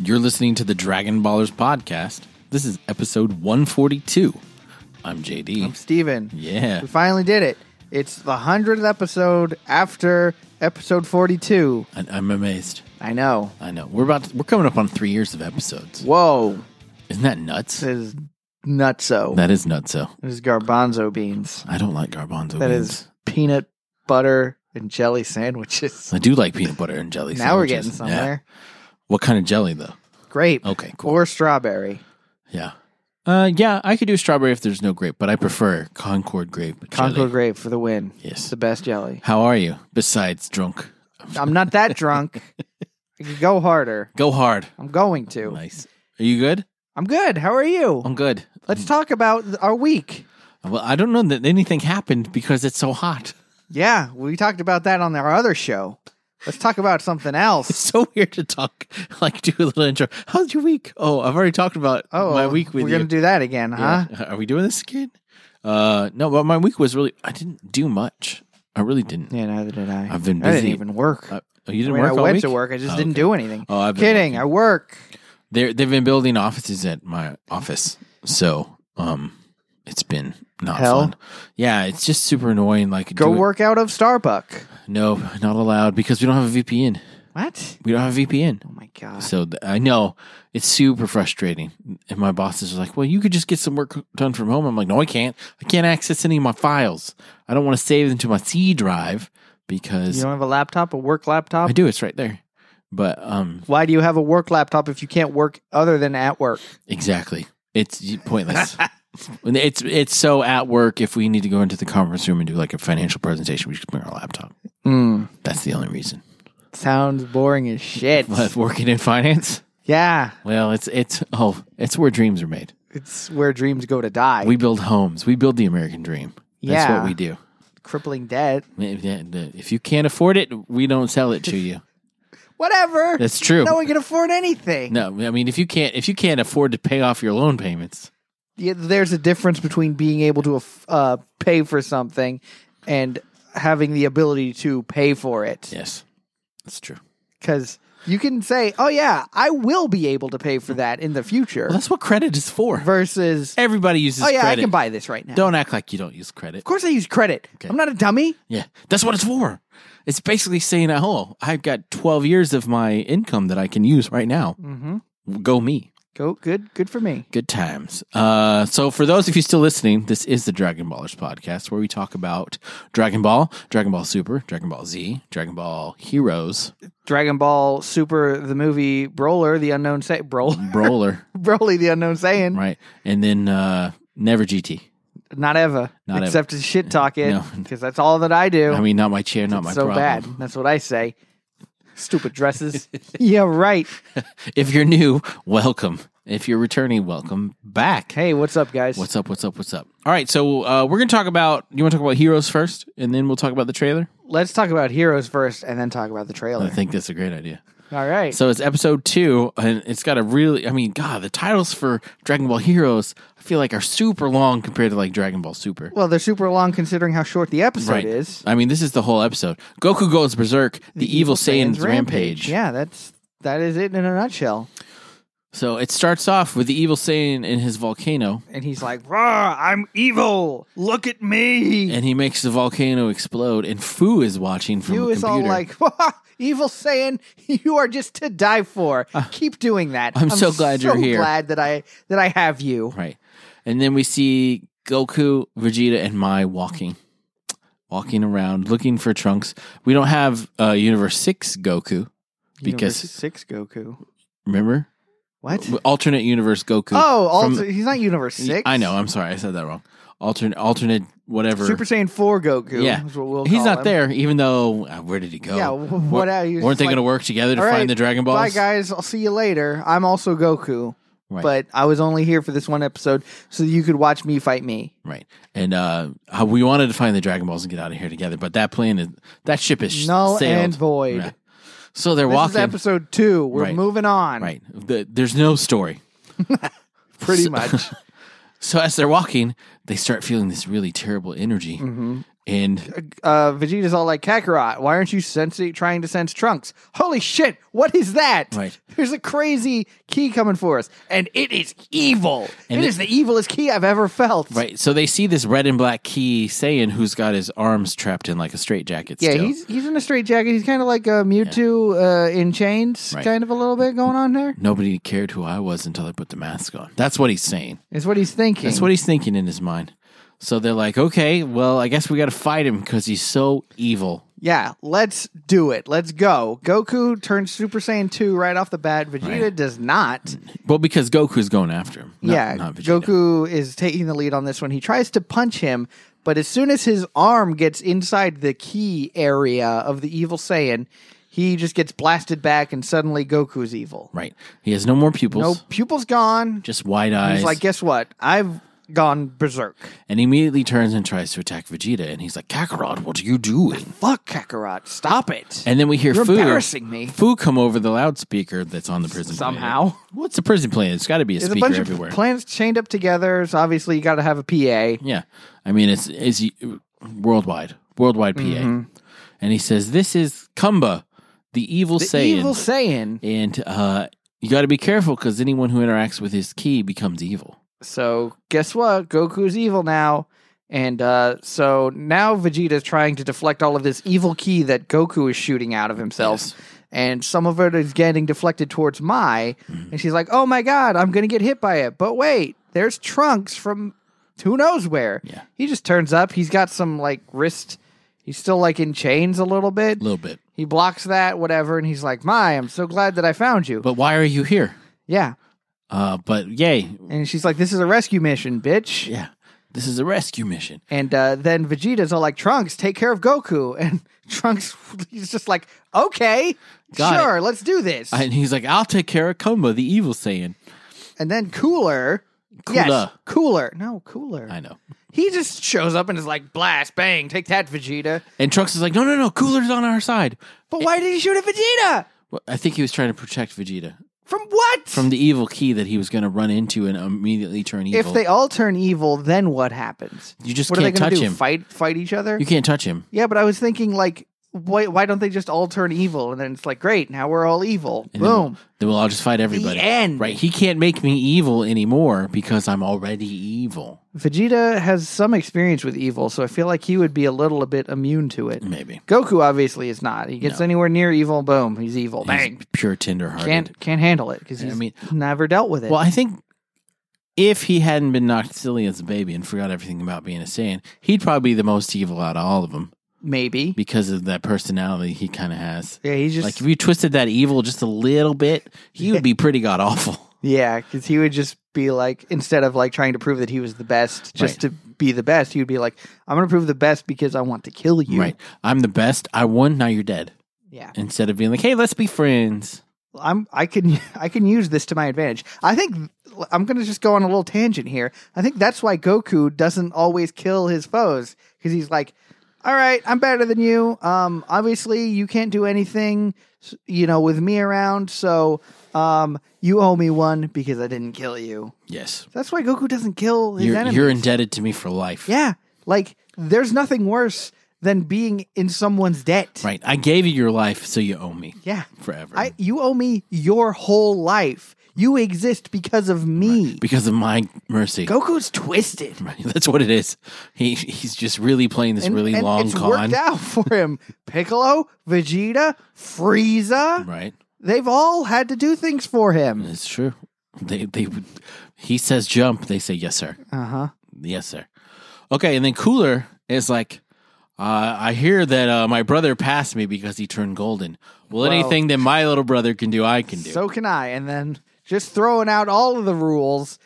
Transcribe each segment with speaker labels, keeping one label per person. Speaker 1: You're listening to the Dragon Ballers podcast. This is episode 142. I'm JD.
Speaker 2: I'm Steven.
Speaker 1: Yeah.
Speaker 2: We finally did it. It's the 100th episode after episode 42.
Speaker 1: I, I'm amazed.
Speaker 2: I know.
Speaker 1: I know. We're about to, we're coming up on 3 years of episodes.
Speaker 2: Whoa.
Speaker 1: Isn't that nuts?
Speaker 2: This is nutso.
Speaker 1: That is nutso.
Speaker 2: This is garbanzo beans.
Speaker 1: I don't like garbanzo
Speaker 2: That
Speaker 1: beans.
Speaker 2: is peanut butter and jelly sandwiches.
Speaker 1: I do like peanut butter and jelly
Speaker 2: Now we're getting
Speaker 1: sandwiches. Yeah.
Speaker 2: somewhere.
Speaker 1: What kind of jelly though?
Speaker 2: Grape.
Speaker 1: Okay, cool.
Speaker 2: Or strawberry.
Speaker 1: Yeah. Uh yeah, I could do strawberry if there's no grape, but I prefer Concord grape.
Speaker 2: Concord
Speaker 1: jelly.
Speaker 2: grape for the win. It's
Speaker 1: Yes.
Speaker 2: the best jelly.
Speaker 1: How are you besides drunk?
Speaker 2: I'm not that drunk. I could go harder.
Speaker 1: Go hard.
Speaker 2: I'm going to.
Speaker 1: Nice. Are you good?
Speaker 2: I'm good. How are you?
Speaker 1: I'm good.
Speaker 2: Let's talk about our week.
Speaker 1: Well, I don't know that anything happened because it's so hot.
Speaker 2: Yeah, we talked about that on our other show. Let's talk about something
Speaker 1: It's
Speaker 2: else.
Speaker 1: so weird to talk, like do a little intro. How's your week? Oh, I've already talked about
Speaker 2: Oh,
Speaker 1: my week with
Speaker 2: we're
Speaker 1: you.
Speaker 2: gonna do that again, huh?
Speaker 1: Yeah. Are we doing this again? Uh, no, but my week was really. I didn't do much. I really didn't.
Speaker 2: Yeah, neither did I.
Speaker 1: I've been
Speaker 2: I didn't
Speaker 1: busy.
Speaker 2: even work.
Speaker 1: Uh, oh, you
Speaker 2: I
Speaker 1: didn't
Speaker 2: mean,
Speaker 1: work
Speaker 2: I
Speaker 1: all
Speaker 2: went
Speaker 1: week?
Speaker 2: to work. I just
Speaker 1: Oh,
Speaker 2: didn't
Speaker 1: okay.
Speaker 2: do anything.
Speaker 1: Oh, I've been
Speaker 2: Kidding. I work.
Speaker 1: They're, they've been building offices at my office, so um, it's been not
Speaker 2: Hell.
Speaker 1: fun. Yeah, it's just super annoying. Like
Speaker 2: Go
Speaker 1: do it-
Speaker 2: work out of Starbucks.
Speaker 1: No, not allowed because we don't have a VPN.
Speaker 2: What?
Speaker 1: We don't have a VPN.
Speaker 2: Oh my god.
Speaker 1: So th- I know it's super frustrating. And my bosses are like, well, you could just get some work done from home. I'm like, no, I can't. I can't access any of my files. I don't want to save them to my C drive
Speaker 2: You
Speaker 1: because
Speaker 2: don't have a laptop, a work laptop?
Speaker 1: I do. It's right there. But um,
Speaker 2: Why do you have a work laptop if you can't work other than at work?
Speaker 1: exactly, it's pointless. And it's it's so at work. If we need to go into the conference room and do like a financial presentation, we should bring our laptop.
Speaker 2: Hmm.
Speaker 1: That's the only reason.
Speaker 2: Sounds boring as shit.
Speaker 1: But working in finance,
Speaker 2: yeah,
Speaker 1: well, it's it's oh, it's where dreams are made.
Speaker 2: it's where dreams go to die.
Speaker 1: We build homes. We build the American dream. That's
Speaker 2: yeah,
Speaker 1: what we do.
Speaker 2: crippling debt.
Speaker 1: If if you can't afford it, we don't sell it to you.
Speaker 2: Whatever.
Speaker 1: That's true.
Speaker 2: No
Speaker 1: No,
Speaker 2: one can afford anything.
Speaker 1: I mean if you can't if you can't afford to pay off your loan payments,
Speaker 2: Yeah, there's a difference between being able to aff- uh, pay for something and having the ability to pay for it.
Speaker 1: yes, that's true.
Speaker 2: Because you can say, "Oh yeah, I will be able to pay for that in the future,"
Speaker 1: Well, that's what credit is for.
Speaker 2: versus,
Speaker 1: Everybody uses.
Speaker 2: "Oh yeah,
Speaker 1: credit.
Speaker 2: I can buy this right now."
Speaker 1: Don't act like you don't use credit.
Speaker 2: Of course, I use credit. I'm not a dummy.
Speaker 1: Yeah, that's what it's for. It's basically saying, "Oh, I've got twelve years of my income that I can use right now.
Speaker 2: Mm-hmm.
Speaker 1: Go me."
Speaker 2: Go good, good for me.
Speaker 1: Good times. Uh, so, for those of you still listening, this is the Dragon Ballers podcast where we talk about Dragon Ball, Dragon Ball Super, Dragon Ball Z, Dragon Ball Heroes,
Speaker 2: Dragon Ball Super, the movie Broly, the unknown say Broly,
Speaker 1: Brawler,
Speaker 2: Broly, the unknown saying,
Speaker 1: right? And then uh, Never GT.
Speaker 2: not ever,
Speaker 1: Not ever.
Speaker 2: except to shit talk it,
Speaker 1: No.
Speaker 2: because that's all that I do.
Speaker 1: I mean, not my chair, not my
Speaker 2: so
Speaker 1: problem.
Speaker 2: bad. That's what I say. Stupid dresses. yeah, right.
Speaker 1: If you're new, welcome. If you're returning, welcome back.
Speaker 2: Hey, what's up, guys?
Speaker 1: What's up? What's up? What's up? All right, so uh, we're gonna talk about. You want to talk about Heroes first, and then we'll talk about the trailer.
Speaker 2: Let's talk about heroes first, and then talk about the trailer.
Speaker 1: I think that's a great idea.
Speaker 2: All right.
Speaker 1: So it's episode two, and it's got a really, I mean, God, the titles for Dragon Ball Heroes, I feel like are super long compared to like Dragon Ball Super.
Speaker 2: well, they're super long considering how short the episode
Speaker 1: Right.
Speaker 2: is.
Speaker 1: I mean, this is the whole episode. Goku goes berserk, the, evil, Saiyan's, rampage.
Speaker 2: Yeah, that's that is it in a nutshell.
Speaker 1: So it starts off with the evil Saiyan in his volcano,
Speaker 2: And he's like, "Rah, I'm evil. Look at me."
Speaker 1: and he makes the volcano explode, and Fu is watching from
Speaker 2: you
Speaker 1: a
Speaker 2: is
Speaker 1: computer.
Speaker 2: all like, "Evil saying you are just to die for. Keep doing that."
Speaker 1: Uh, I'm so glad you're here."
Speaker 2: Glad that I that I have you.
Speaker 1: right. And then we see Goku, Vegeta, and Mai walking. Walking around looking for Trunks. We don't have uh, Universe 6 Goku. Because-
Speaker 2: Universe six Goku.
Speaker 1: Remember?
Speaker 2: What?
Speaker 1: alternate universe Goku.
Speaker 2: Oh,
Speaker 1: From-
Speaker 2: alter, he's not Universe Six.
Speaker 1: I know. I'm sorry, I said that wrong. Alternate, alternate, whatever.
Speaker 2: Super Saiyan Four Goku.
Speaker 1: Yeah.
Speaker 2: is what we'll
Speaker 1: He's
Speaker 2: call
Speaker 1: not
Speaker 2: him.
Speaker 1: there, even though uh, where did he go?
Speaker 2: Yeah, wh- what- he was
Speaker 1: Weren't
Speaker 2: just
Speaker 1: they
Speaker 2: like,
Speaker 1: going to work together to
Speaker 2: "All
Speaker 1: find
Speaker 2: right,
Speaker 1: the Dragon Balls?
Speaker 2: Bye guys, I'll see you later. I'm also Goku,
Speaker 1: Right.
Speaker 2: but I was only here for this one episode so you could watch me fight me.
Speaker 1: Right, and uh, how we wanted to find the Dragon Balls and get out of here together, but that plane is that ship is sh-
Speaker 2: Null
Speaker 1: sailed.
Speaker 2: and void.
Speaker 1: Yeah. So they're
Speaker 2: This is
Speaker 1: walking.
Speaker 2: episode two. We're
Speaker 1: Right.
Speaker 2: moving on.
Speaker 1: right, the, there's no story.
Speaker 2: Pretty much.
Speaker 1: So as they're walking, they start feeling this really terrible energy.
Speaker 2: Mm-hmm.
Speaker 1: And
Speaker 2: Uh, Vegeta's all like Kakarot. Why aren't you sensing, trying to sense Trunks? Holy shit! What is that?
Speaker 1: Right.
Speaker 2: There's a crazy key coming for us, and it is evil.
Speaker 1: And
Speaker 2: it
Speaker 1: it-
Speaker 2: is the evilest key I've ever felt.
Speaker 1: right, so they see this red and black key Saiyan who's got his arms trapped in like a straitjacket.
Speaker 2: Yeah,
Speaker 1: still.
Speaker 2: he's he's in a straight jacket. He's kind of like a Mewtwo uh, in chains,
Speaker 1: Right.
Speaker 2: kind of a little bit going on there.
Speaker 1: nobody cared who I was until I put the mask on. That's what he's saying.
Speaker 2: Is what he's thinking.
Speaker 1: That's what he's thinking in his mind. So they're like, okay, well, I guess we got to fight him because he's so evil.
Speaker 2: Yeah, let's do it. Let's go. Goku turns Super Saiyan 2 right off the bat. Vegeta does not.
Speaker 1: Well, because Goku's going after him. not-
Speaker 2: yeah,
Speaker 1: not Vegeta.
Speaker 2: Goku is taking the lead on this one. He tries to punch him, but as soon as his arm gets inside the key area of the evil Saiyan, he just gets blasted back, and suddenly Goku's evil.
Speaker 1: Right. He has no more
Speaker 2: No
Speaker 1: pupils.
Speaker 2: pupil's gone.
Speaker 1: Just wide eyes.
Speaker 2: He's like, guess what? I've gone berserk.
Speaker 1: and he immediately turns and tries to attack Vegeta. And he's like, Kakarot, what are you doing?
Speaker 2: Fuck Kakarot, stop it.
Speaker 1: And then we hear
Speaker 2: You're
Speaker 1: Fu.
Speaker 2: embarrassing me.
Speaker 1: Fu come over the loudspeaker that's on the prison
Speaker 2: Somehow.
Speaker 1: planet. What's the prison planet? It's got to be a
Speaker 2: There's a
Speaker 1: speaker
Speaker 2: bunch
Speaker 1: everywhere.
Speaker 2: of planets chained up together, so obviously you got to have a PA.
Speaker 1: Yeah. I mean, it's, it's worldwide, worldwide PA.
Speaker 2: Mm-hmm.
Speaker 1: And he says, This is Kumba, the evil
Speaker 2: The
Speaker 1: Saiyan.
Speaker 2: evil Saiyan.
Speaker 1: and uh, you got to be careful because anyone who interacts with his key becomes evil.
Speaker 2: So guess what? Goku's evil now. And uh, so now Vegeta's trying to deflect all of this evil key that Goku is shooting out of himself.
Speaker 1: Yes.
Speaker 2: And some of it is getting deflected towards Mai.
Speaker 1: Mm-hmm.
Speaker 2: And she's like, oh my God, I'm going to get hit by it. But wait, there's Trunks from who knows where.
Speaker 1: Yeah.
Speaker 2: He just turns up. He's got some like wrist. He's still like in chains a little bit.
Speaker 1: A little bit.
Speaker 2: He blocks that, whatever. And he's like, Mai, I'm so glad that I found you.
Speaker 1: But why are you here?
Speaker 2: yeah.
Speaker 1: Uh, but yay.
Speaker 2: And she's like, this is a rescue mission, bitch.
Speaker 1: Yeah. This is a rescue mission.
Speaker 2: And uh, then Vegeta's all like, Trunks, take care of Goku. And Trunks, he's just like, okay,
Speaker 1: Got it.
Speaker 2: sure, let's do this.
Speaker 1: And he's like, I'll take care of Kumba, the evil Saiyan.
Speaker 2: and then Cooler. Yes,
Speaker 1: Cooler.
Speaker 2: cooler. No, cooler.
Speaker 1: I know.
Speaker 2: He just shows up and is like, blast, bang, take that, Vegeta.
Speaker 1: And Trunks is like, no, no, no, Cooler's on our side.
Speaker 2: But why did he shoot at Vegeta?
Speaker 1: Well, I think he was trying to protect Vegeta
Speaker 2: From what?
Speaker 1: from the evil key that he was going to run into and immediately turn evil.
Speaker 2: if they all turn evil, then what happens?
Speaker 1: you just
Speaker 2: What are they
Speaker 1: can't
Speaker 2: going
Speaker 1: touch
Speaker 2: to do?
Speaker 1: him.
Speaker 2: Fight, fight each other?
Speaker 1: You can't touch him.
Speaker 2: yeah, but I was thinking, like, why, why don't they just all turn evil? And then it's like, great, now we're all evil.
Speaker 1: And then we'll-
Speaker 2: Boom.
Speaker 1: Then we'll all just fight everybody.
Speaker 2: end.
Speaker 1: Right. He can't make me evil anymore because I'm already evil.
Speaker 2: Vegeta has some experience with evil, so I feel like he would be a little bit immune to it.
Speaker 1: Maybe.
Speaker 2: Goku obviously is not. He gets anywhere near evil, boom, he's evil. Bang.
Speaker 1: He's pure tenderhearted.
Speaker 2: Can't can't handle it because
Speaker 1: I
Speaker 2: he's
Speaker 1: mean-
Speaker 2: never dealt with it.
Speaker 1: Well, I think if he hadn't been knocked silly as a baby and forgot everything about being a Saiyan, he'd probably be the most evil out of all of them
Speaker 2: Maybe.
Speaker 1: because of that personality he kind of has.
Speaker 2: Yeah, he's just
Speaker 1: Like if you twisted that evil just a little bit, he would be pretty god awful.
Speaker 2: yeah, because he would just be like instead of like trying to prove that he was the best just
Speaker 1: Right.
Speaker 2: to be the best, he would be like, "I'm going to prove the best because I want to kill you."
Speaker 1: Right. I'm the best. I won. Now you're dead.
Speaker 2: Yeah.
Speaker 1: Instead of being like, hey, let's be friends.
Speaker 2: I'm I can I can use this to my advantage. I think I'm going to just go on a little tangent here. I think that's why Goku doesn't always kill his foes cuz he's like, "All right, I'm better than you. Um obviously you can't do anything, s- you know, with me around, so um you owe me one because I didn't kill you."
Speaker 1: Yes.
Speaker 2: That's why Goku doesn't kill his
Speaker 1: You're,
Speaker 2: enemy.
Speaker 1: you're indebted to me for life.
Speaker 2: yeah. Like there's nothing worse than being in someone's debt.
Speaker 1: Right. I gave you your life, so you owe me
Speaker 2: Yeah.
Speaker 1: forever.
Speaker 2: I you owe me your whole life. You exist because of me.
Speaker 1: because of my mercy.
Speaker 2: Goku's twisted.
Speaker 1: Right. That's what it is. He he's just really playing this really
Speaker 2: and
Speaker 1: long
Speaker 2: it's
Speaker 1: con.
Speaker 2: worked out for him. Piccolo, Vegeta, Frieza,
Speaker 1: Right.
Speaker 2: they've all had to do things for him.
Speaker 1: It's true. They they would he says jump, they say yes sir.
Speaker 2: Uh-huh.
Speaker 1: Yes sir. Okay, and then Cooler is like uh, I hear that uh, my brother passed me because he turned golden. Well, anything that my little brother can do, I can do.
Speaker 2: So can I. And then just throwing out all of the rules,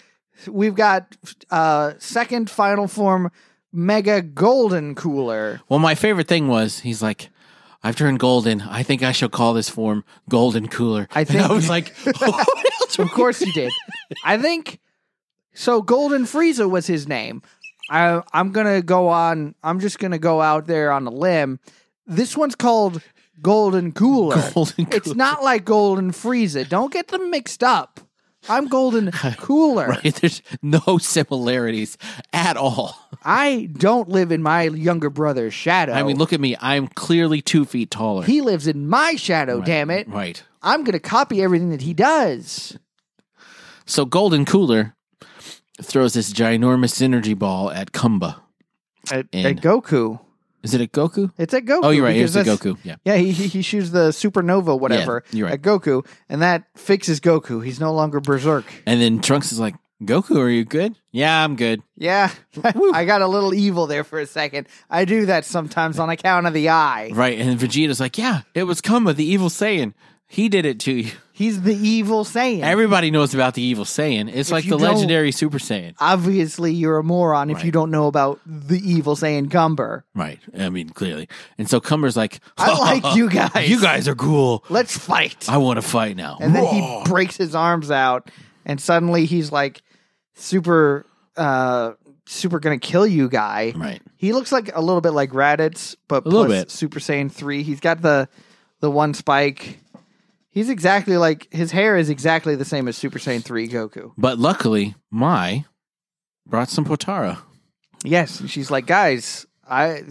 Speaker 2: we've got uh second final form Mega Golden Cooler.
Speaker 1: well, my favorite thing was he's like, "I've turned golden. I think I shall call this form Golden Cooler."
Speaker 2: I
Speaker 1: And
Speaker 2: think-
Speaker 1: I was like,
Speaker 2: Of course he did. I think so. Golden Frieza was his name. I, I'm gonna go on. I'm just gonna go out there on a limb. This one's called Golden Cooler.
Speaker 1: Golden
Speaker 2: It's not like Golden Frieza. Don't get them mixed up. I'm golden cooler.
Speaker 1: Right? There's no similarities at all.
Speaker 2: I don't live in my younger brother's shadow.
Speaker 1: I mean, look at me. I'm clearly two feet taller.
Speaker 2: he lives in my shadow, damn it.
Speaker 1: Right.
Speaker 2: I'm going to copy everything that he does.
Speaker 1: So Golden Cooler throws this ginormous energy ball at Kumba.
Speaker 2: At,
Speaker 1: And-
Speaker 2: at Goku.
Speaker 1: Is it a Goku?
Speaker 2: It's at Goku.
Speaker 1: Oh, you're right.
Speaker 2: because
Speaker 1: It's a
Speaker 2: that's-
Speaker 1: Goku. Yeah.
Speaker 2: Yeah, he, he he shoots the supernova, whatever,
Speaker 1: you're right.
Speaker 2: at Goku, and that fixes Goku. He's no longer berserk.
Speaker 1: And then Trunks is like, Goku, are you good? Yeah, I'm good.
Speaker 2: Yeah,
Speaker 1: Woo.
Speaker 2: I got a little evil there for a second. I do that sometimes on account of the eye.
Speaker 1: Right. And Vegeta's like, yeah, it was Kumba, the evil Saiyan. He did it to you.
Speaker 2: He's the evil Saiyan.
Speaker 1: Everybody knows about the evil Saiyan. It's
Speaker 2: If
Speaker 1: like
Speaker 2: you
Speaker 1: the
Speaker 2: don't-
Speaker 1: legendary Super Saiyan.
Speaker 2: Obviously, you're a moron if
Speaker 1: Right.
Speaker 2: you don't know about the evil Saiyan Gumber.
Speaker 1: Right. I mean, clearly. And so Cumber's like,
Speaker 2: I like you guys.
Speaker 1: You guys are cool.
Speaker 2: Let's fight.
Speaker 1: I want to fight now.
Speaker 2: and then
Speaker 1: Roar.
Speaker 2: he breaks his arms out, and suddenly he's like super, uh, super gonna kill you guy.
Speaker 1: Right.
Speaker 2: He looks like a little bit like Raditz, but
Speaker 1: A little
Speaker 2: plus
Speaker 1: bit.
Speaker 2: Super Saiyan three. He's got the the one spike. He's exactly like his hair is exactly the same as Super Saiyan three Goku.
Speaker 1: But luckily, Mai brought some Potara.
Speaker 2: Yes, and she's like, guys, I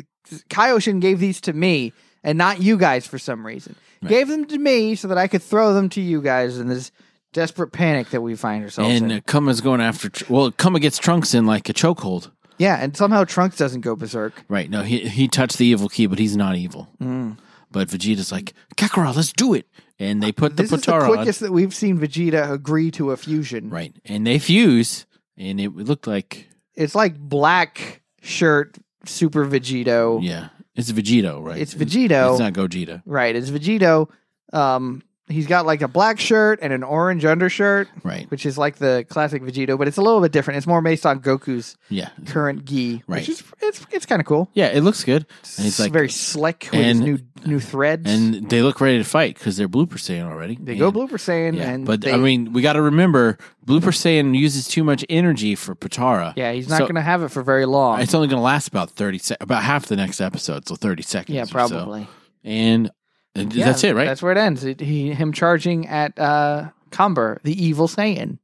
Speaker 2: Kaioshin gave these to me and not you guys for some reason. Gave them to me so that I could throw them to you guys in this desperate panic that we find ourselves
Speaker 1: And
Speaker 2: in.
Speaker 1: uh, Kumba's going after, Tr- well, Kumba gets Trunks in like a chokehold.
Speaker 2: Yeah, and somehow Trunks doesn't go berserk.
Speaker 1: Right. No, he he touched the evil key, but he's not evil.
Speaker 2: Mm.
Speaker 1: But Vegeta's like, Kakarot, let's do it. And they put the
Speaker 2: This is the
Speaker 1: Potara on.
Speaker 2: quickest that we've seen Vegeta agree to a fusion.
Speaker 1: Right. And they fuse, and it looked like,
Speaker 2: It's like black shirt Super Vegito.
Speaker 1: yeah, it's Vegito, right?
Speaker 2: It's Vegito.
Speaker 1: It's not Gogeta.
Speaker 2: Right, it's Vegito. Um, he's got like a black shirt and an orange undershirt,
Speaker 1: Right.
Speaker 2: which is like the classic Vegito, but it's a little bit different. It's more based on Goku's
Speaker 1: Yeah.
Speaker 2: current gi,
Speaker 1: Right.
Speaker 2: which is it's it's kind of cool.
Speaker 1: Yeah, it looks good. And
Speaker 2: It's
Speaker 1: it's like,
Speaker 2: very slick with his
Speaker 1: and- uh,
Speaker 2: new new threads.
Speaker 1: and they look ready to fight because they're Blooper Saiyan already.
Speaker 2: they
Speaker 1: and,
Speaker 2: go blooper Saiyan,
Speaker 1: Yeah,
Speaker 2: and
Speaker 1: but
Speaker 2: they,
Speaker 1: I mean, we got to remember, Blooper Saiyan uses too much energy for Patara.
Speaker 2: yeah, he's not
Speaker 1: so-
Speaker 2: going to have it for very long.
Speaker 1: It's only going to last about thirty, se- about half the next episode, so thirty seconds.
Speaker 2: yeah,
Speaker 1: or so.
Speaker 2: probably.
Speaker 1: And uh,
Speaker 2: Yeah,
Speaker 1: that's it, right?
Speaker 2: That's where it ends. It, he him charging at uh Comber, the evil Saiyan.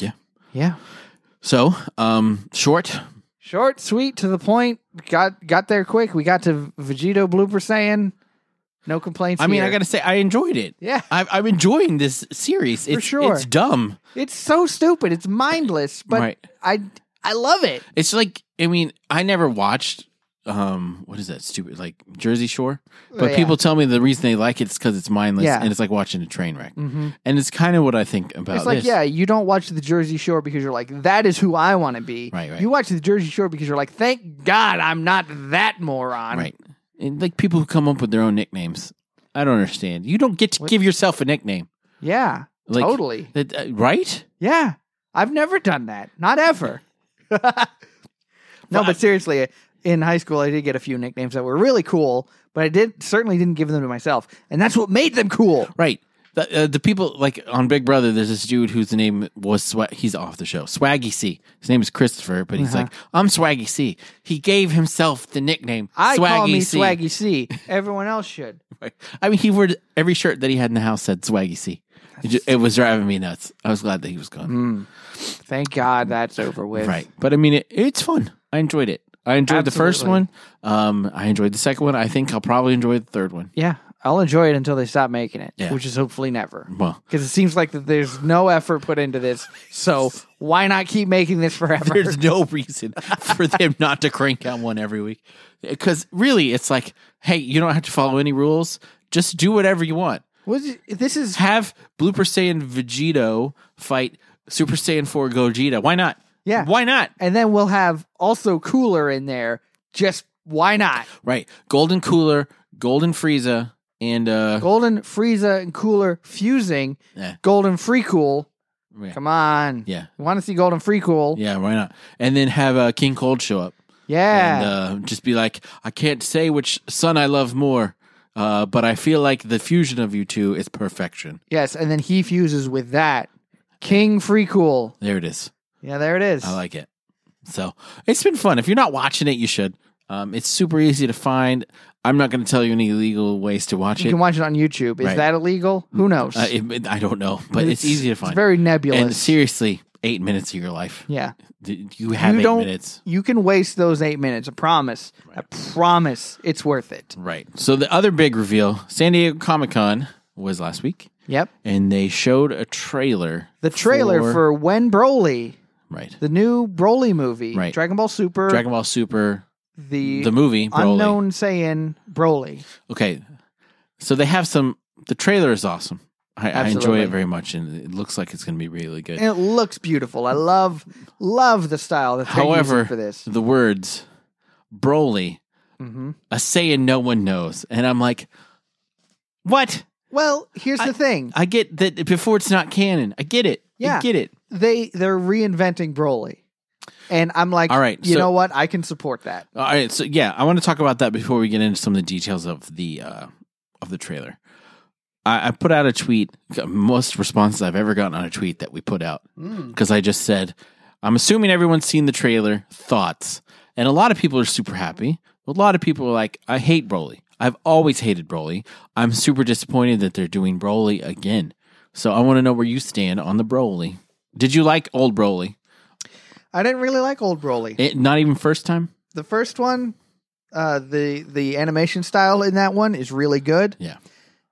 Speaker 1: Yeah.
Speaker 2: Yeah.
Speaker 1: So, um, short.
Speaker 2: Short, sweet, to the point. Got got there quick. We got to Vegito blooper Saiyan. No complaints.
Speaker 1: I mean,
Speaker 2: here.
Speaker 1: I gotta say, I enjoyed it.
Speaker 2: Yeah.
Speaker 1: I, I'm enjoying this series. it's,
Speaker 2: sure.
Speaker 1: It's dumb.
Speaker 2: It's so stupid. It's mindless, but
Speaker 1: Right.
Speaker 2: I I love it.
Speaker 1: It's like, I mean, I never watched. Um, what is that stupid like Jersey Shore? But
Speaker 2: Oh, yeah.
Speaker 1: people tell me the reason they like it is because it's mindless
Speaker 2: Yeah. Mm-hmm.
Speaker 1: and it's like watching a train wreck. And it's kind of what I think about
Speaker 2: It's like,
Speaker 1: this.
Speaker 2: yeah, you don't watch the Jersey Shore because you're like, that is who I want to be.
Speaker 1: Right, right.
Speaker 2: You watch the Jersey Shore because you're like, thank God I'm not that moron.
Speaker 1: right. And like people who come up with their own nicknames. I don't understand. You don't get to give yourself a nickname.
Speaker 2: Yeah.
Speaker 1: Like,
Speaker 2: totally.
Speaker 1: That, uh, right?
Speaker 2: Yeah. I've never done that. Not ever. no, but seriously, in high school I did get a few nicknames that were really cool, but I did certainly didn't give them to myself. And that's what made them cool.
Speaker 1: Right. The, uh, the people like on Big Brother, there's this dude whose name was Swag. He's off the show. Swaggy C. His name is Christopher, but he's
Speaker 2: Uh-huh.
Speaker 1: like, I'm Swaggy C. He gave himself the nickname
Speaker 2: I
Speaker 1: Swaggy
Speaker 2: call me
Speaker 1: C.
Speaker 2: Swaggy C. Everyone else should.
Speaker 1: Right. I mean, he wore every shirt that he had in the house said Swaggy C. It, ju- it was driving me nuts. I was glad that he was
Speaker 2: Mm.
Speaker 1: gone.
Speaker 2: Thank God that's over with.
Speaker 1: Right. But I mean, it, it's fun. I enjoyed it. I enjoyed the first one.
Speaker 2: Absolutely.
Speaker 1: Um, I enjoyed the second one. I think I'll probably enjoy the third one.
Speaker 2: Yeah, I'll enjoy it until they stop making it,
Speaker 1: Yeah.
Speaker 2: which is hopefully never.
Speaker 1: Well,
Speaker 2: Because it seems like that there's no effort put into this, so why not keep making this forever?
Speaker 1: There's no reason for them not to crank out one every week. Because really, it's like, hey, you don't have to follow any rules. Just do whatever you want.
Speaker 2: Was it- this is
Speaker 1: Have Blooper Saiyan Vegito fight Super Saiyan 4 Gogeta. Why not?
Speaker 2: Yeah.
Speaker 1: Why not?
Speaker 2: and then we'll have also cooler in there. Just why not?
Speaker 1: Right. Golden Cooler, Golden Frieza, and uh
Speaker 2: Golden Frieza and Cooler fusing.
Speaker 1: Yeah.
Speaker 2: Golden Free Cool.
Speaker 1: yeah.
Speaker 2: Come on.
Speaker 1: yeah.
Speaker 2: You want to see Golden Free Cool?
Speaker 1: Yeah, why not? And then have uh, King Cold show up
Speaker 2: Yeah.
Speaker 1: and uh, just be like, I can't say which son I love more, uh, but I feel like the fusion of you two is perfection.
Speaker 2: yes. And then he fuses with that. King Free Cool.
Speaker 1: There it is.
Speaker 2: Yeah, there it is.
Speaker 1: I like it. So it's been fun. If you're not watching it, you should. Um, it's super easy to find. I'm not going to tell you any legal ways to watch
Speaker 2: You
Speaker 1: it.
Speaker 2: can watch it on YouTube. Is
Speaker 1: Right.
Speaker 2: that illegal? Who knows?
Speaker 1: Uh, it- I don't know, but it's, easy to find.
Speaker 2: It's very nebulous.
Speaker 1: and seriously, eight minutes of your life.
Speaker 2: yeah.
Speaker 1: D- You have
Speaker 2: You
Speaker 1: 8
Speaker 2: don't-
Speaker 1: minutes.
Speaker 2: You can waste those eight minutes. I promise. I promise it's worth it.
Speaker 1: Right. So the other big reveal, San Diego Comic Con was last week,
Speaker 2: Yep.
Speaker 1: and they showed a trailer.
Speaker 2: The trailer for, When Broly,
Speaker 1: right
Speaker 2: the new Broly movie,
Speaker 1: Right.
Speaker 2: Dragon Ball Super,
Speaker 1: Dragon Ball Super,
Speaker 2: the,
Speaker 1: the movie Broly.
Speaker 2: unknown Saiyan Broly.
Speaker 1: Okay, so they have some. The trailer is awesome. I, I enjoy
Speaker 2: Absolutely.
Speaker 1: it very much, and it looks like it's going to be really good.
Speaker 2: And it looks beautiful. I love love the style that they're
Speaker 1: However,
Speaker 2: using for this.
Speaker 1: the words Broly,
Speaker 2: hmm
Speaker 1: a Saiyan no one knows. And I'm like, what?
Speaker 2: Well, here's the thing.
Speaker 1: I get that before it's not canon. I get it. I
Speaker 2: Yeah.
Speaker 1: get it.
Speaker 2: They they're reinventing Broly. And I'm like,
Speaker 1: All right,
Speaker 2: you
Speaker 1: so-
Speaker 2: know what? I can support that.
Speaker 1: All right. So, yeah, I want to talk about that before we get into some of the details of the, uh, of the trailer. I, I put out a tweet, most responses I've ever gotten on a tweet that we put out, because I just said, I'm assuming everyone's seen the trailer, thoughts. And a lot of people are super happy. A lot of people are like, I hate Broly. I've always hated Broly. I'm super disappointed that they're doing Broly again. So I want to know where you stand on the Broly. Did you like old Broly?
Speaker 2: I didn't really like old Broly.
Speaker 1: It, not even first time?
Speaker 2: the first one, uh, the the animation style in that one is really good.
Speaker 1: Yeah.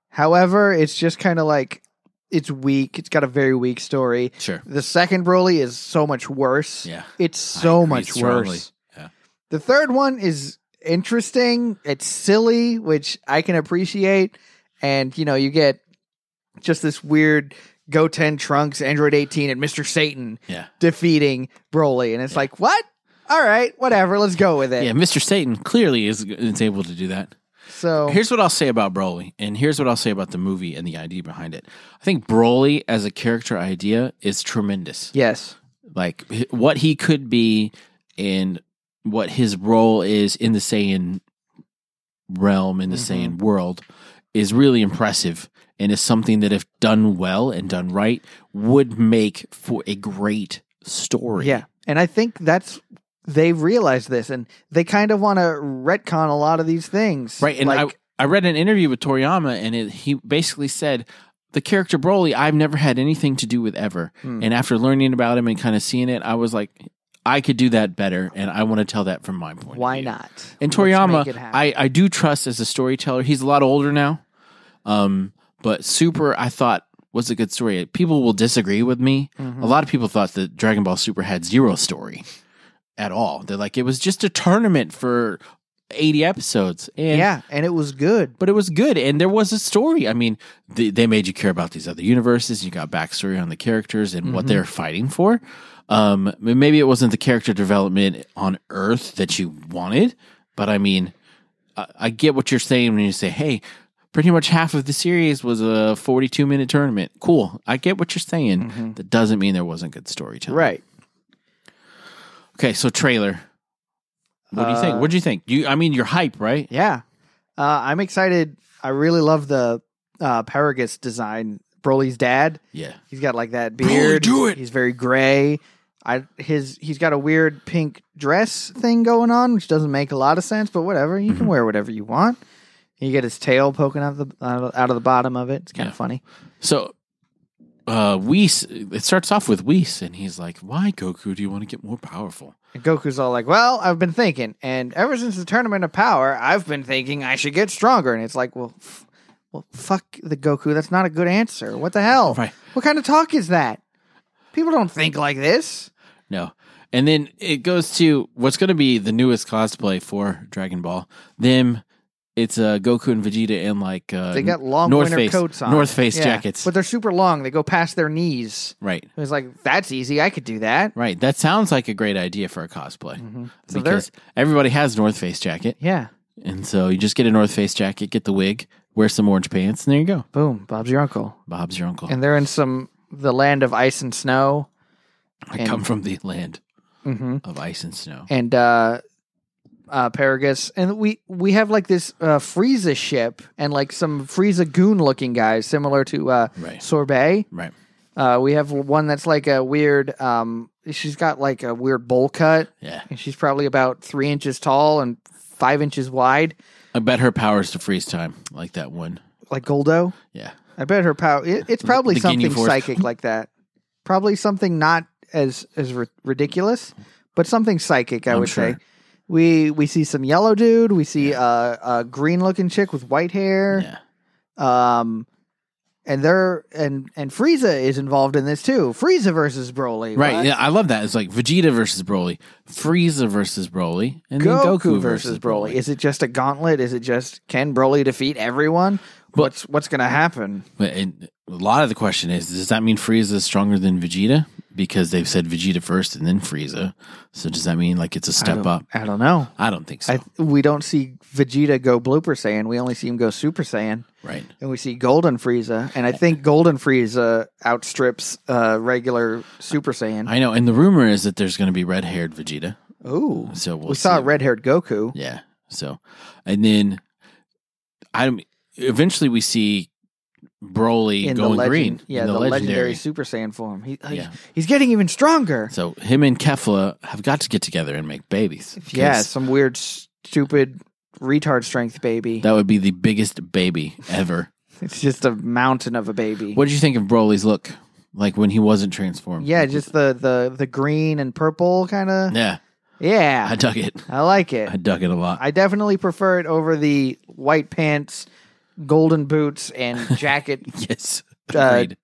Speaker 2: However, it's just kind of like it's weak. It's got a very weak story.
Speaker 1: Sure.
Speaker 2: The second Broly is so much worse.
Speaker 1: Yeah.
Speaker 2: It's so
Speaker 1: agree
Speaker 2: much
Speaker 1: strongly.
Speaker 2: worse.
Speaker 1: Yeah.
Speaker 2: The third one is interesting. It's silly, which I can appreciate. And, you know, you get just this weird Goten, Trunks, Android 18, and Mr. Satan
Speaker 1: Yeah.
Speaker 2: defeating Broly. And it's like, what? All right, whatever. Let's go with it.
Speaker 1: Yeah. Mr. Satan clearly is, is able to do that.
Speaker 2: So,
Speaker 1: Here's what I'll say about Broly, and here's what I'll say about the movie and the idea behind it. I think Broly as a character idea is tremendous.
Speaker 2: yes.
Speaker 1: like h- what he could be and what his role is in the Saiyan realm in the
Speaker 2: Mhm.
Speaker 1: Saiyan world is really impressive and is something that if done well and done right would make for a great story.
Speaker 2: Yeah. And I think that's. They realize this and they kind of want to retcon a lot of these things.
Speaker 1: Right. And
Speaker 2: like,
Speaker 1: I I read an interview with Toriyama and it, he basically said the character Broly I've never had anything to do with ever.
Speaker 2: Hmm.
Speaker 1: And after learning about him and kind of seeing it, I was like I could do that better and I want to tell that from my point of
Speaker 2: why
Speaker 1: view.
Speaker 2: not?
Speaker 1: And
Speaker 2: Let's make it
Speaker 1: Toriyama,
Speaker 2: happen.
Speaker 1: I, I do trust as a storyteller. He's a lot older now. Um, but Super, I thought, was a good story. People will disagree with me.
Speaker 2: Mhm.
Speaker 1: A lot of people thought that Dragon Ball Super had zero story at all. They're like, it was just a tournament for 80 episodes. And
Speaker 2: yeah, and it was good.
Speaker 1: but it was good and there was a story i mean they, they made you care about these other universes you got backstory on the characters and what
Speaker 2: Mm-hmm.
Speaker 1: they're fighting for um m- maybe it wasn't the character development on earth that you wanted but i mean i, I get what you're saying when you say hey pretty much half of the series was a 42 minute tournament cool i get what you're saying that doesn't mean there wasn't good storytelling
Speaker 2: Mm-hmm. Right.
Speaker 1: okay so trailer what do you think
Speaker 2: Uh,
Speaker 1: what do you think you i mean you're hype right
Speaker 2: Yeah. Uh, I'm excited. I really love the uh, Paragus design. Broly's dad.
Speaker 1: yeah
Speaker 2: He's got like that beard.
Speaker 1: do it!
Speaker 2: He's very gray. I his he's got a weird pink dress thing going on, which doesn't make a lot of sense, but whatever. You
Speaker 1: Mm-hmm.
Speaker 2: can wear whatever you want. You get his tail poking out the out of, out of the bottom of it. It's kind
Speaker 1: Yeah.
Speaker 2: of funny.
Speaker 1: So, uh, Whis, it starts off with Whis, and he's like, Why, Goku, do you want to get more powerful?
Speaker 2: And Goku's all like, "Well, I've been thinking, and ever since the tournament of power, I've been thinking I should get stronger." And it's like, "Well, f- well, fuck the Goku. That's not a good answer. What the hell?
Speaker 1: Right.
Speaker 2: What kind of talk is that? People don't think like this."
Speaker 1: No. And then it goes to what's going to be the newest cosplay for Dragon Ball. Them, it's uh, Goku and Vegeta in like uh,
Speaker 2: They got long
Speaker 1: North
Speaker 2: winter
Speaker 1: Face,
Speaker 2: coats on,
Speaker 1: North Face
Speaker 2: Yeah.
Speaker 1: jackets.
Speaker 2: but they're super long. They go past their knees.
Speaker 1: right,
Speaker 2: It was like, "That's easy. I could do that."
Speaker 1: right. That sounds like a great idea for a cosplay
Speaker 2: Mm-hmm. So they're-
Speaker 1: because everybody has North Face jacket,
Speaker 2: Yeah.
Speaker 1: and so you just get a North Face jacket, get the wig, wear some orange pants, and there you go.
Speaker 2: Boom. Bob's your uncle,
Speaker 1: Bob's your uncle.
Speaker 2: and they're in some the land of ice and snow.
Speaker 1: I come from the land
Speaker 2: Mm-hmm.
Speaker 1: of ice and snow.
Speaker 2: and uh uh Paragus and we we have like this uh Frieza ship and like some Frieza goon looking guys similar to uh
Speaker 1: Right,
Speaker 2: Sorbet.
Speaker 1: right.
Speaker 2: Uh we have one that's like a weird um she's got like a weird bowl cut
Speaker 1: Yeah.
Speaker 2: and she's probably about 3 inches tall and five inches wide,
Speaker 1: I bet her powers to freeze time, like that one.
Speaker 2: like Goldo.
Speaker 1: Yeah.
Speaker 2: I bet her power. It, it's probably
Speaker 1: the guinea
Speaker 2: something
Speaker 1: fork.
Speaker 2: psychic like that. Probably something not as as ri- ridiculous, but something psychic. I
Speaker 1: I'm
Speaker 2: would say.
Speaker 1: sure.
Speaker 2: We we see some yellow dude. We see uh, a green looking chick with white hair.
Speaker 1: Yeah.
Speaker 2: Um, and they're and and Frieza is involved in this too. Frieza versus Broly.
Speaker 1: Right.
Speaker 2: What?
Speaker 1: Yeah. I love that. It's like Vegeta versus Broly, Frieza versus Broly, and then
Speaker 2: Goku, versus Broly. Is it just a gauntlet? Is it just can Broly defeat everyone? What's what's gonna happen?
Speaker 1: But it, a lot of the question is does that mean Frieza is stronger than Vegeta? Because they've said Vegeta first and then Frieza. So does that mean like it's a
Speaker 2: I
Speaker 1: step
Speaker 2: don't-
Speaker 1: up?
Speaker 2: I don't know.
Speaker 1: I don't think so.
Speaker 2: I, we don't see Vegeta go blooper Saiyan. We only see him go Super Saiyan,
Speaker 1: right.
Speaker 2: and we see Golden Frieza. And I think Golden Frieza outstrips uh, regular Super Saiyan.
Speaker 1: I know. And the rumor is that there's going to be red haired Vegeta.
Speaker 2: Ooh,
Speaker 1: So we'll
Speaker 2: we saw
Speaker 1: see.
Speaker 2: red haired Goku.
Speaker 1: Yeah. So, and then I eventually we see Broly
Speaker 2: In the
Speaker 1: going
Speaker 2: legend,
Speaker 1: green.
Speaker 2: yeah,
Speaker 1: in
Speaker 2: the, legendary Super Saiyan form. He, he's-
Speaker 1: Yeah.
Speaker 2: he's getting even stronger.
Speaker 1: So him and Kefla have got to get together and make babies.
Speaker 2: Yeah,
Speaker 1: 'Cause
Speaker 2: some weird, stupid, retard strength baby.
Speaker 1: That would be the biggest baby ever.
Speaker 2: It's just a mountain of a baby.
Speaker 1: what did you think of Broly's look? Like when he wasn't transformed?
Speaker 2: Yeah, just the the the green and purple kind of.
Speaker 1: Yeah. I
Speaker 2: Yeah,
Speaker 1: dug it.
Speaker 2: I like it.
Speaker 1: I dug it a lot.
Speaker 2: I definitely prefer it over the white pants, golden boots, and jacket
Speaker 1: yes.
Speaker 2: Uh,
Speaker 1: Agreed.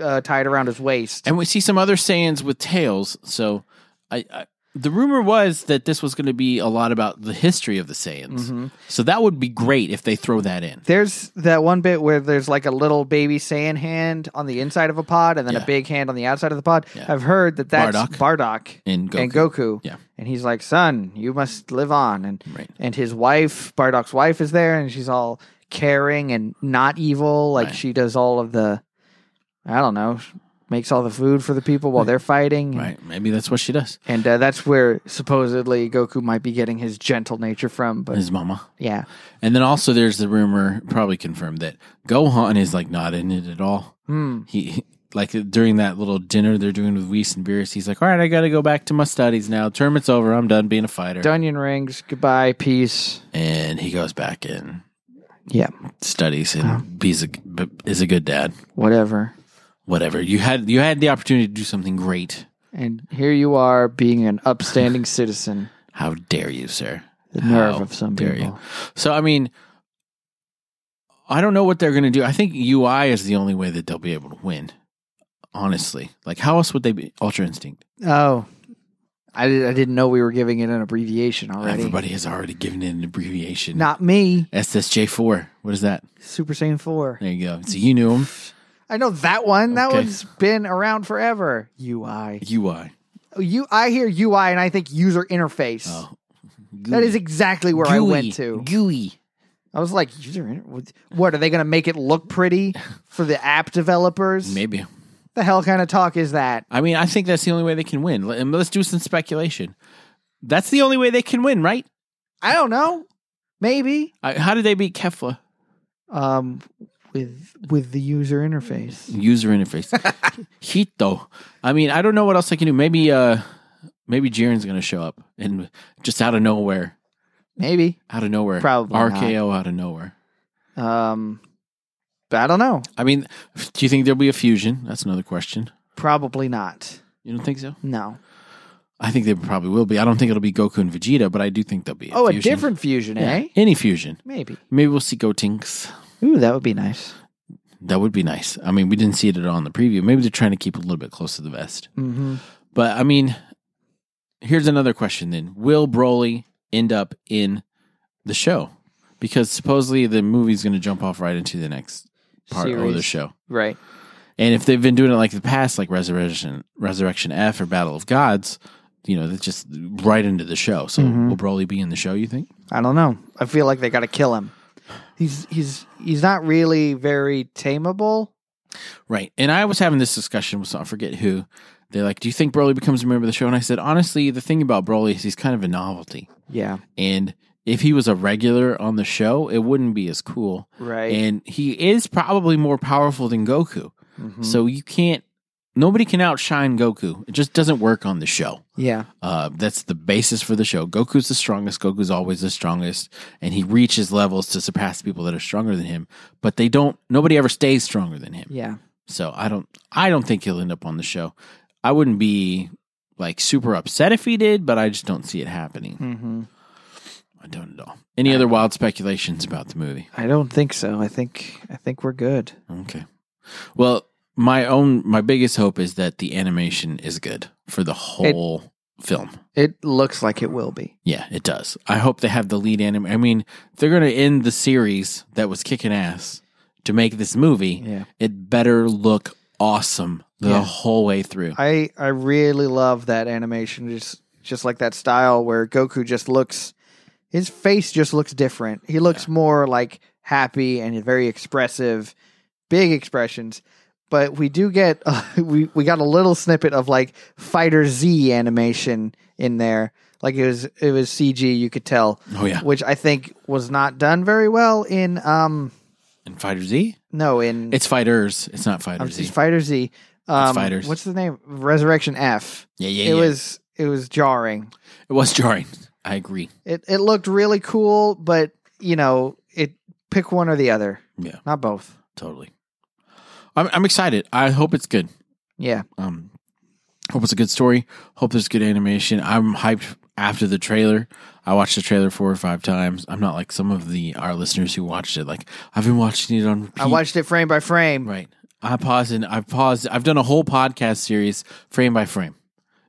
Speaker 2: uh, tied around his waist.
Speaker 1: and we see some other Saiyans with tails. So I. I the rumor was that this was going to be a lot about the history of the Saiyans. So that would be great if they throw that in.
Speaker 2: There's that one bit where there's like a little baby Saiyan hand on the inside of a pod, and then a
Speaker 1: Yeah.
Speaker 2: big hand on the outside of the pod.
Speaker 1: Yeah.
Speaker 2: I've heard that that's
Speaker 1: Bardock.
Speaker 2: Bardock
Speaker 1: And Goku.
Speaker 2: and Goku.
Speaker 1: Yeah.
Speaker 2: And he's like, son, you must live on. And
Speaker 1: Right.
Speaker 2: and his wife, Bardock's wife, is there, and she's all caring and not evil. Like
Speaker 1: Right.
Speaker 2: she does all of the, I don't know, makes all the food for the people while they're fighting.
Speaker 1: Right. Maybe that's what she does.
Speaker 2: And uh, that's where supposedly Goku might be getting his gentle nature from. But
Speaker 1: His mama.
Speaker 2: yeah,
Speaker 1: And then also there's the rumor, probably confirmed, that Gohan is like not in it at all.
Speaker 2: Hmm.
Speaker 1: He like during that little dinner they're doing with Whis and Beerus, he's like, All right, I gotta go back to my studies now. Tournament's over, I'm done being a fighter.
Speaker 2: Dunyan rings, goodbye, peace.
Speaker 1: And he goes back and
Speaker 2: Yeah,
Speaker 1: studies and he's a, b- is a good dad.
Speaker 2: whatever.
Speaker 1: Whatever. You had you had the opportunity to do something great.
Speaker 2: And here you are being an upstanding citizen.
Speaker 1: How dare you, sir?
Speaker 2: The nerve
Speaker 1: How
Speaker 2: of some
Speaker 1: dare you.
Speaker 2: people.
Speaker 1: So I mean, I don't know what they're going to do. I think UI is the only way that they'll be able to win. Honestly, like how else would they be Ultra Instinct?
Speaker 2: Oh, I, di- I didn't know we were giving it an abbreviation already.
Speaker 1: Everybody has already given it an abbreviation.
Speaker 2: Not me.
Speaker 1: SSJ four. What is that?
Speaker 2: Super Saiyan 4.
Speaker 1: There you go. So you knew them.
Speaker 2: I know that one. That
Speaker 1: Okay.
Speaker 2: one's been around forever. UI.
Speaker 1: UI.
Speaker 2: You, I hear UI and I think user interface.
Speaker 1: Oh,
Speaker 2: That is exactly where I
Speaker 1: Gooey.
Speaker 2: went to.
Speaker 1: GUI.
Speaker 2: I was like, user inter- what- what are they going to make it look pretty for the app developers?
Speaker 1: Maybe.
Speaker 2: The hell kind of talk is that?
Speaker 1: I mean, I think that's the only way they can win. Let- and Let's do some speculation. That's the only way they can win, right?
Speaker 2: I don't know. Maybe
Speaker 1: I, how did they beat Kefla?
Speaker 2: um, with with the user interface.
Speaker 1: user interface. Hito. I mean, I don't know what else I can do. Maybe uh maybe Jiren's gonna show up and just out of nowhere.
Speaker 2: Maybe.
Speaker 1: Out of nowhere.
Speaker 2: Probably not.
Speaker 1: RKO out of nowhere.
Speaker 2: Um, but I don't know.
Speaker 1: I mean, do you think there'll be a fusion? That's another question.
Speaker 2: Probably not.
Speaker 1: You don't think so?
Speaker 2: No.
Speaker 1: I think there probably will be. I don't think it'll be Goku and Vegeta, but I do think there'll be a
Speaker 2: Oh,
Speaker 1: fusion.
Speaker 2: a different fusion, eh?
Speaker 1: Yeah, any fusion.
Speaker 2: Maybe.
Speaker 1: Maybe we'll see Gotinks.
Speaker 2: Ooh, that would be nice.
Speaker 1: That would be nice. I mean, we didn't see it at all in the preview. Maybe they're trying to keep it a little bit close to the vest.
Speaker 2: hmm
Speaker 1: But I mean, here's another question then. Will Broly end up in the show? Because supposedly the movie's going to jump off right into the next part of the
Speaker 2: Series.
Speaker 1: show.
Speaker 2: Right.
Speaker 1: And if they've been doing it like the past, like Resurrection, Resurrection F or Battle of Gods, you know, that's just right into the show. So will Broly be in the show, you think?
Speaker 2: I don't know. I feel like they got to kill him. He's he's he's not really very tameable.
Speaker 1: Right. And I was having this discussion with, some- I forget who. They're like, do you think Broly becomes a member of the show? And I said, honestly, the thing about Broly is he's kind of a novelty.
Speaker 2: Yeah.
Speaker 1: And if he was a regular on the show, it wouldn't be as cool.
Speaker 2: Right.
Speaker 1: And he is probably more powerful than Goku.
Speaker 2: Mhm.
Speaker 1: So you can't nobody can outshine Goku. It just doesn't work on the show.
Speaker 2: Yeah.
Speaker 1: Uh, that's the basis for the show. Goku's the strongest. Goku's always the strongest, and he reaches levels to surpass people that are stronger than him. But they don't. Nobody ever stays stronger than him.
Speaker 2: Yeah.
Speaker 1: So I don't. I don't think he'll end up on the show. I wouldn't be like super upset if he did, but I just don't see it happening.
Speaker 2: Mm-hmm.
Speaker 1: I don't at all. Any other wild speculations about the movie?
Speaker 2: I don't think so. I think I think we're good.
Speaker 1: Okay. Well, my own my biggest hope is that the animation is good for the whole film.
Speaker 2: It looks like it will be.
Speaker 1: Yeah, it does. I hope they have the lead anim. I mean, they're going to end the series that was kicking ass to make this movie.
Speaker 2: Yeah.
Speaker 1: It better look awesome the
Speaker 2: Yeah.
Speaker 1: whole way through.
Speaker 2: I I really love that animation. Just just like that style where Goku just looks his face just looks different. He looks more like happy and very expressive, big expressions. But we do get we we got a little snippet of like Fighter Z animation in there. Like it was it was CG, you could tell,
Speaker 1: oh yeah,
Speaker 2: which I think was not done very well in um
Speaker 1: and Fighter Z.
Speaker 2: no in
Speaker 1: It's fighters. It's not Fighter
Speaker 2: um,
Speaker 1: Z.
Speaker 2: Fighter Z. Um,
Speaker 1: Fighters.
Speaker 2: What's the name? Resurrection F
Speaker 1: yeah, yeah,
Speaker 2: it
Speaker 1: yeah.
Speaker 2: was it was jarring.
Speaker 1: it was jarring. I agree.
Speaker 2: It it looked really cool, but you know, it pick one or the other.
Speaker 1: Yeah.
Speaker 2: Not both.
Speaker 1: Totally. I'm I'm excited. I hope it's good.
Speaker 2: Yeah.
Speaker 1: Um, hope it's a good story. Hope there's good animation. I'm hyped after the trailer. I watched the trailer four or five times. I'm not like some of the our listeners who watched it. Like I've been watching it on. Repeat.
Speaker 2: I watched it frame by frame.
Speaker 1: Right. I paused and I've paused. I've done a whole podcast series, frame by frame.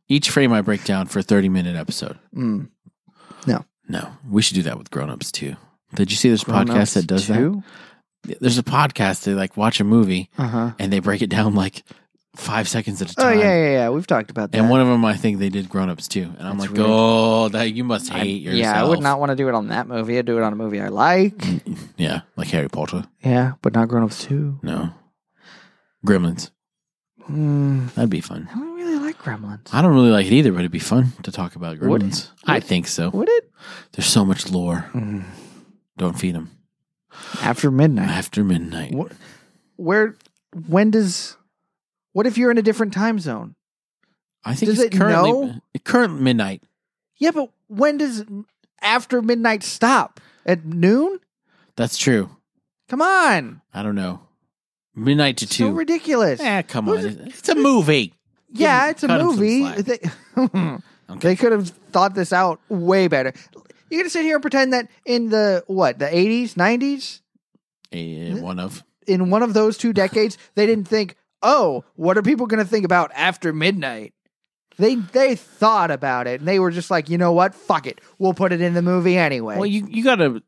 Speaker 1: Each frame I break down for a 30 minute episode.
Speaker 2: Mm. No.
Speaker 1: No. We should do that with grown ups too. Did you see this
Speaker 2: Grown-ups
Speaker 1: podcast that does
Speaker 2: too?
Speaker 1: that? There's a podcast they like watch a movie
Speaker 2: Uh-huh.
Speaker 1: and they break it down like five seconds at a time.
Speaker 2: Oh yeah, yeah, yeah. We've talked about that.
Speaker 1: And one of them, I think they did Grown Ups too. And I'm
Speaker 2: That's
Speaker 1: like,
Speaker 2: weird.
Speaker 1: oh, that you must hate yourself. Mm-hmm.
Speaker 2: yeah, I would not want to do it on that movie. I'd do it on a movie I like.
Speaker 1: Yeah, like Harry Potter.
Speaker 2: yeah, but not grown ups too.
Speaker 1: No, Gremlins.
Speaker 2: Mm.
Speaker 1: That'd be fun.
Speaker 2: I don't really like Gremlins.
Speaker 1: I don't really like it either, but it'd be fun to talk about Gremlins.
Speaker 2: Would it?
Speaker 1: I think so.
Speaker 2: Would it?
Speaker 1: There's so much lore.
Speaker 2: Mm.
Speaker 1: Don't feed them
Speaker 2: After midnight.
Speaker 1: after midnight.
Speaker 2: What? Where? When does? What if you're in a different time zone?
Speaker 1: I think
Speaker 2: Does
Speaker 1: it's
Speaker 2: it
Speaker 1: currently
Speaker 2: know?
Speaker 1: current midnight.
Speaker 2: Yeah, but when does after midnight stop? At noon?
Speaker 1: That's true.
Speaker 2: Come on.
Speaker 1: I don't know. Midnight to
Speaker 2: So
Speaker 1: two.
Speaker 2: ridiculous.
Speaker 1: eh, come on.
Speaker 2: Who's
Speaker 1: It's a movie.
Speaker 2: yeah,
Speaker 1: give-
Speaker 2: it's a
Speaker 1: cut 'em some
Speaker 2: movie.
Speaker 1: slack.
Speaker 2: They,
Speaker 1: Okay.
Speaker 2: they could have thought this out way better. You're going to sit here and pretend that in the what, the 80s, 90s,
Speaker 1: Eh, one of.
Speaker 2: in one of those two decades, they didn't think, "Oh, what are people going to think about after midnight?" They they thought about it and they were just like, "You know what? Fuck it. We'll put it in the movie anyway."
Speaker 1: Well, you you gotta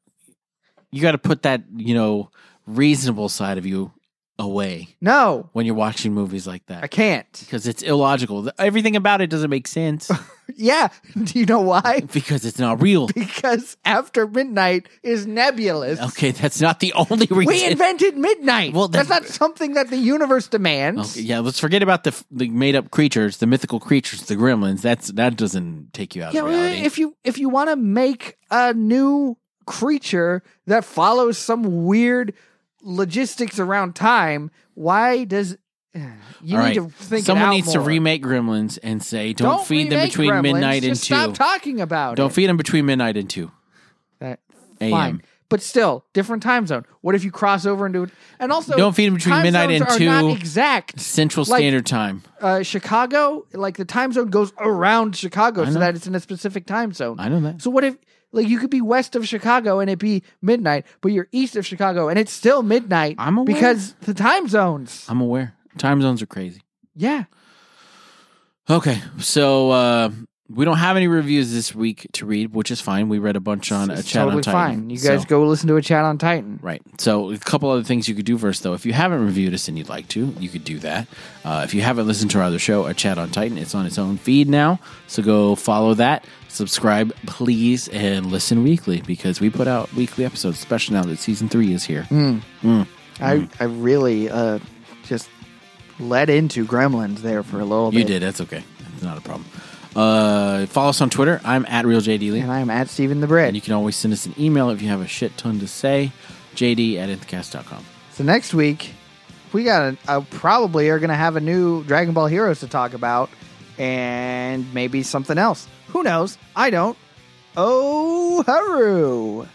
Speaker 1: you gotta put that you know reasonable side of you away
Speaker 2: no,
Speaker 1: when you're watching movies like
Speaker 2: I
Speaker 1: that
Speaker 2: can't.
Speaker 1: because it's illogical. Everything about it doesn't make sense
Speaker 2: Yeah. Do you know why?
Speaker 1: because it's not real.
Speaker 2: Because after midnight is nebulous.
Speaker 1: Okay, that's not the only reason.
Speaker 2: We invented midnight.
Speaker 1: Well,
Speaker 2: Well,
Speaker 1: then-
Speaker 2: that's not something that the universe demands.
Speaker 1: Okay, yeah, let's forget about the f- the made up creatures, the mythical creatures, the gremlins. That's that doesn't take you out
Speaker 2: Yeah,
Speaker 1: of
Speaker 2: well,
Speaker 1: reality.
Speaker 2: if you if you want to make a new creature that follows some weird logistics around time, why does eh, you need
Speaker 1: All right.
Speaker 2: to think? it
Speaker 1: Someone
Speaker 2: out
Speaker 1: needs to
Speaker 2: more.
Speaker 1: remake gremlins and say, "Don't, feed them
Speaker 2: remake
Speaker 1: between
Speaker 2: gremlins,
Speaker 1: midnight and
Speaker 2: just
Speaker 1: two.
Speaker 2: Stop talking about
Speaker 1: Don't
Speaker 2: it.
Speaker 1: feed them between midnight and two
Speaker 2: That-
Speaker 1: a.m.
Speaker 2: Fine. But still, different time zone. What if you cross over into it? And also,
Speaker 1: Don't feed 'em between
Speaker 2: time
Speaker 1: midnight
Speaker 2: zones
Speaker 1: and
Speaker 2: are
Speaker 1: two.
Speaker 2: Not exact.
Speaker 1: Central
Speaker 2: Like-
Speaker 1: Standard Time."
Speaker 2: Uh, Chicago, like the time zone goes around Chicago,
Speaker 1: know.
Speaker 2: so that it's in a specific time zone.
Speaker 1: I know that.
Speaker 2: So what if, like, you could be west of Chicago and it be midnight, but you're east of Chicago and it's still midnight?
Speaker 1: I'm aware.
Speaker 2: because the time zones.
Speaker 1: I'm aware. Time zones are crazy.
Speaker 2: Yeah,
Speaker 1: Okay, so uh, we don't have any reviews this week to read, which is fine. We read a bunch on a
Speaker 2: it's
Speaker 1: chat
Speaker 2: totally
Speaker 1: on Titan.
Speaker 2: fine. You guys
Speaker 1: So-
Speaker 2: go listen to a chat on Titan.
Speaker 1: right. So a couple other things you could do first, though. If you haven't reviewed us and you'd like to, you could do that. Uh, if you haven't listened to our other show, a chat on Titan, it's on its own feed now. So go follow that, subscribe, please, and listen weekly because we put out weekly episodes, especially now that season three is here.
Speaker 2: Mm. I I really uh just led into Gremlins there for a little
Speaker 1: You
Speaker 2: bit.
Speaker 1: did. That's okay. It's not a problem. Uh, follow us on Twitter. I'm at RealJDLee.
Speaker 2: and I am at Stephen the Bread.
Speaker 1: And you can always send us an email if you have a shit ton to say. JD at inthcast.com.
Speaker 2: so next week we got a, uh, probably are going to have a new Dragon Ball Heroes to talk about, and maybe something else. Who knows? I don't. Oh, haru.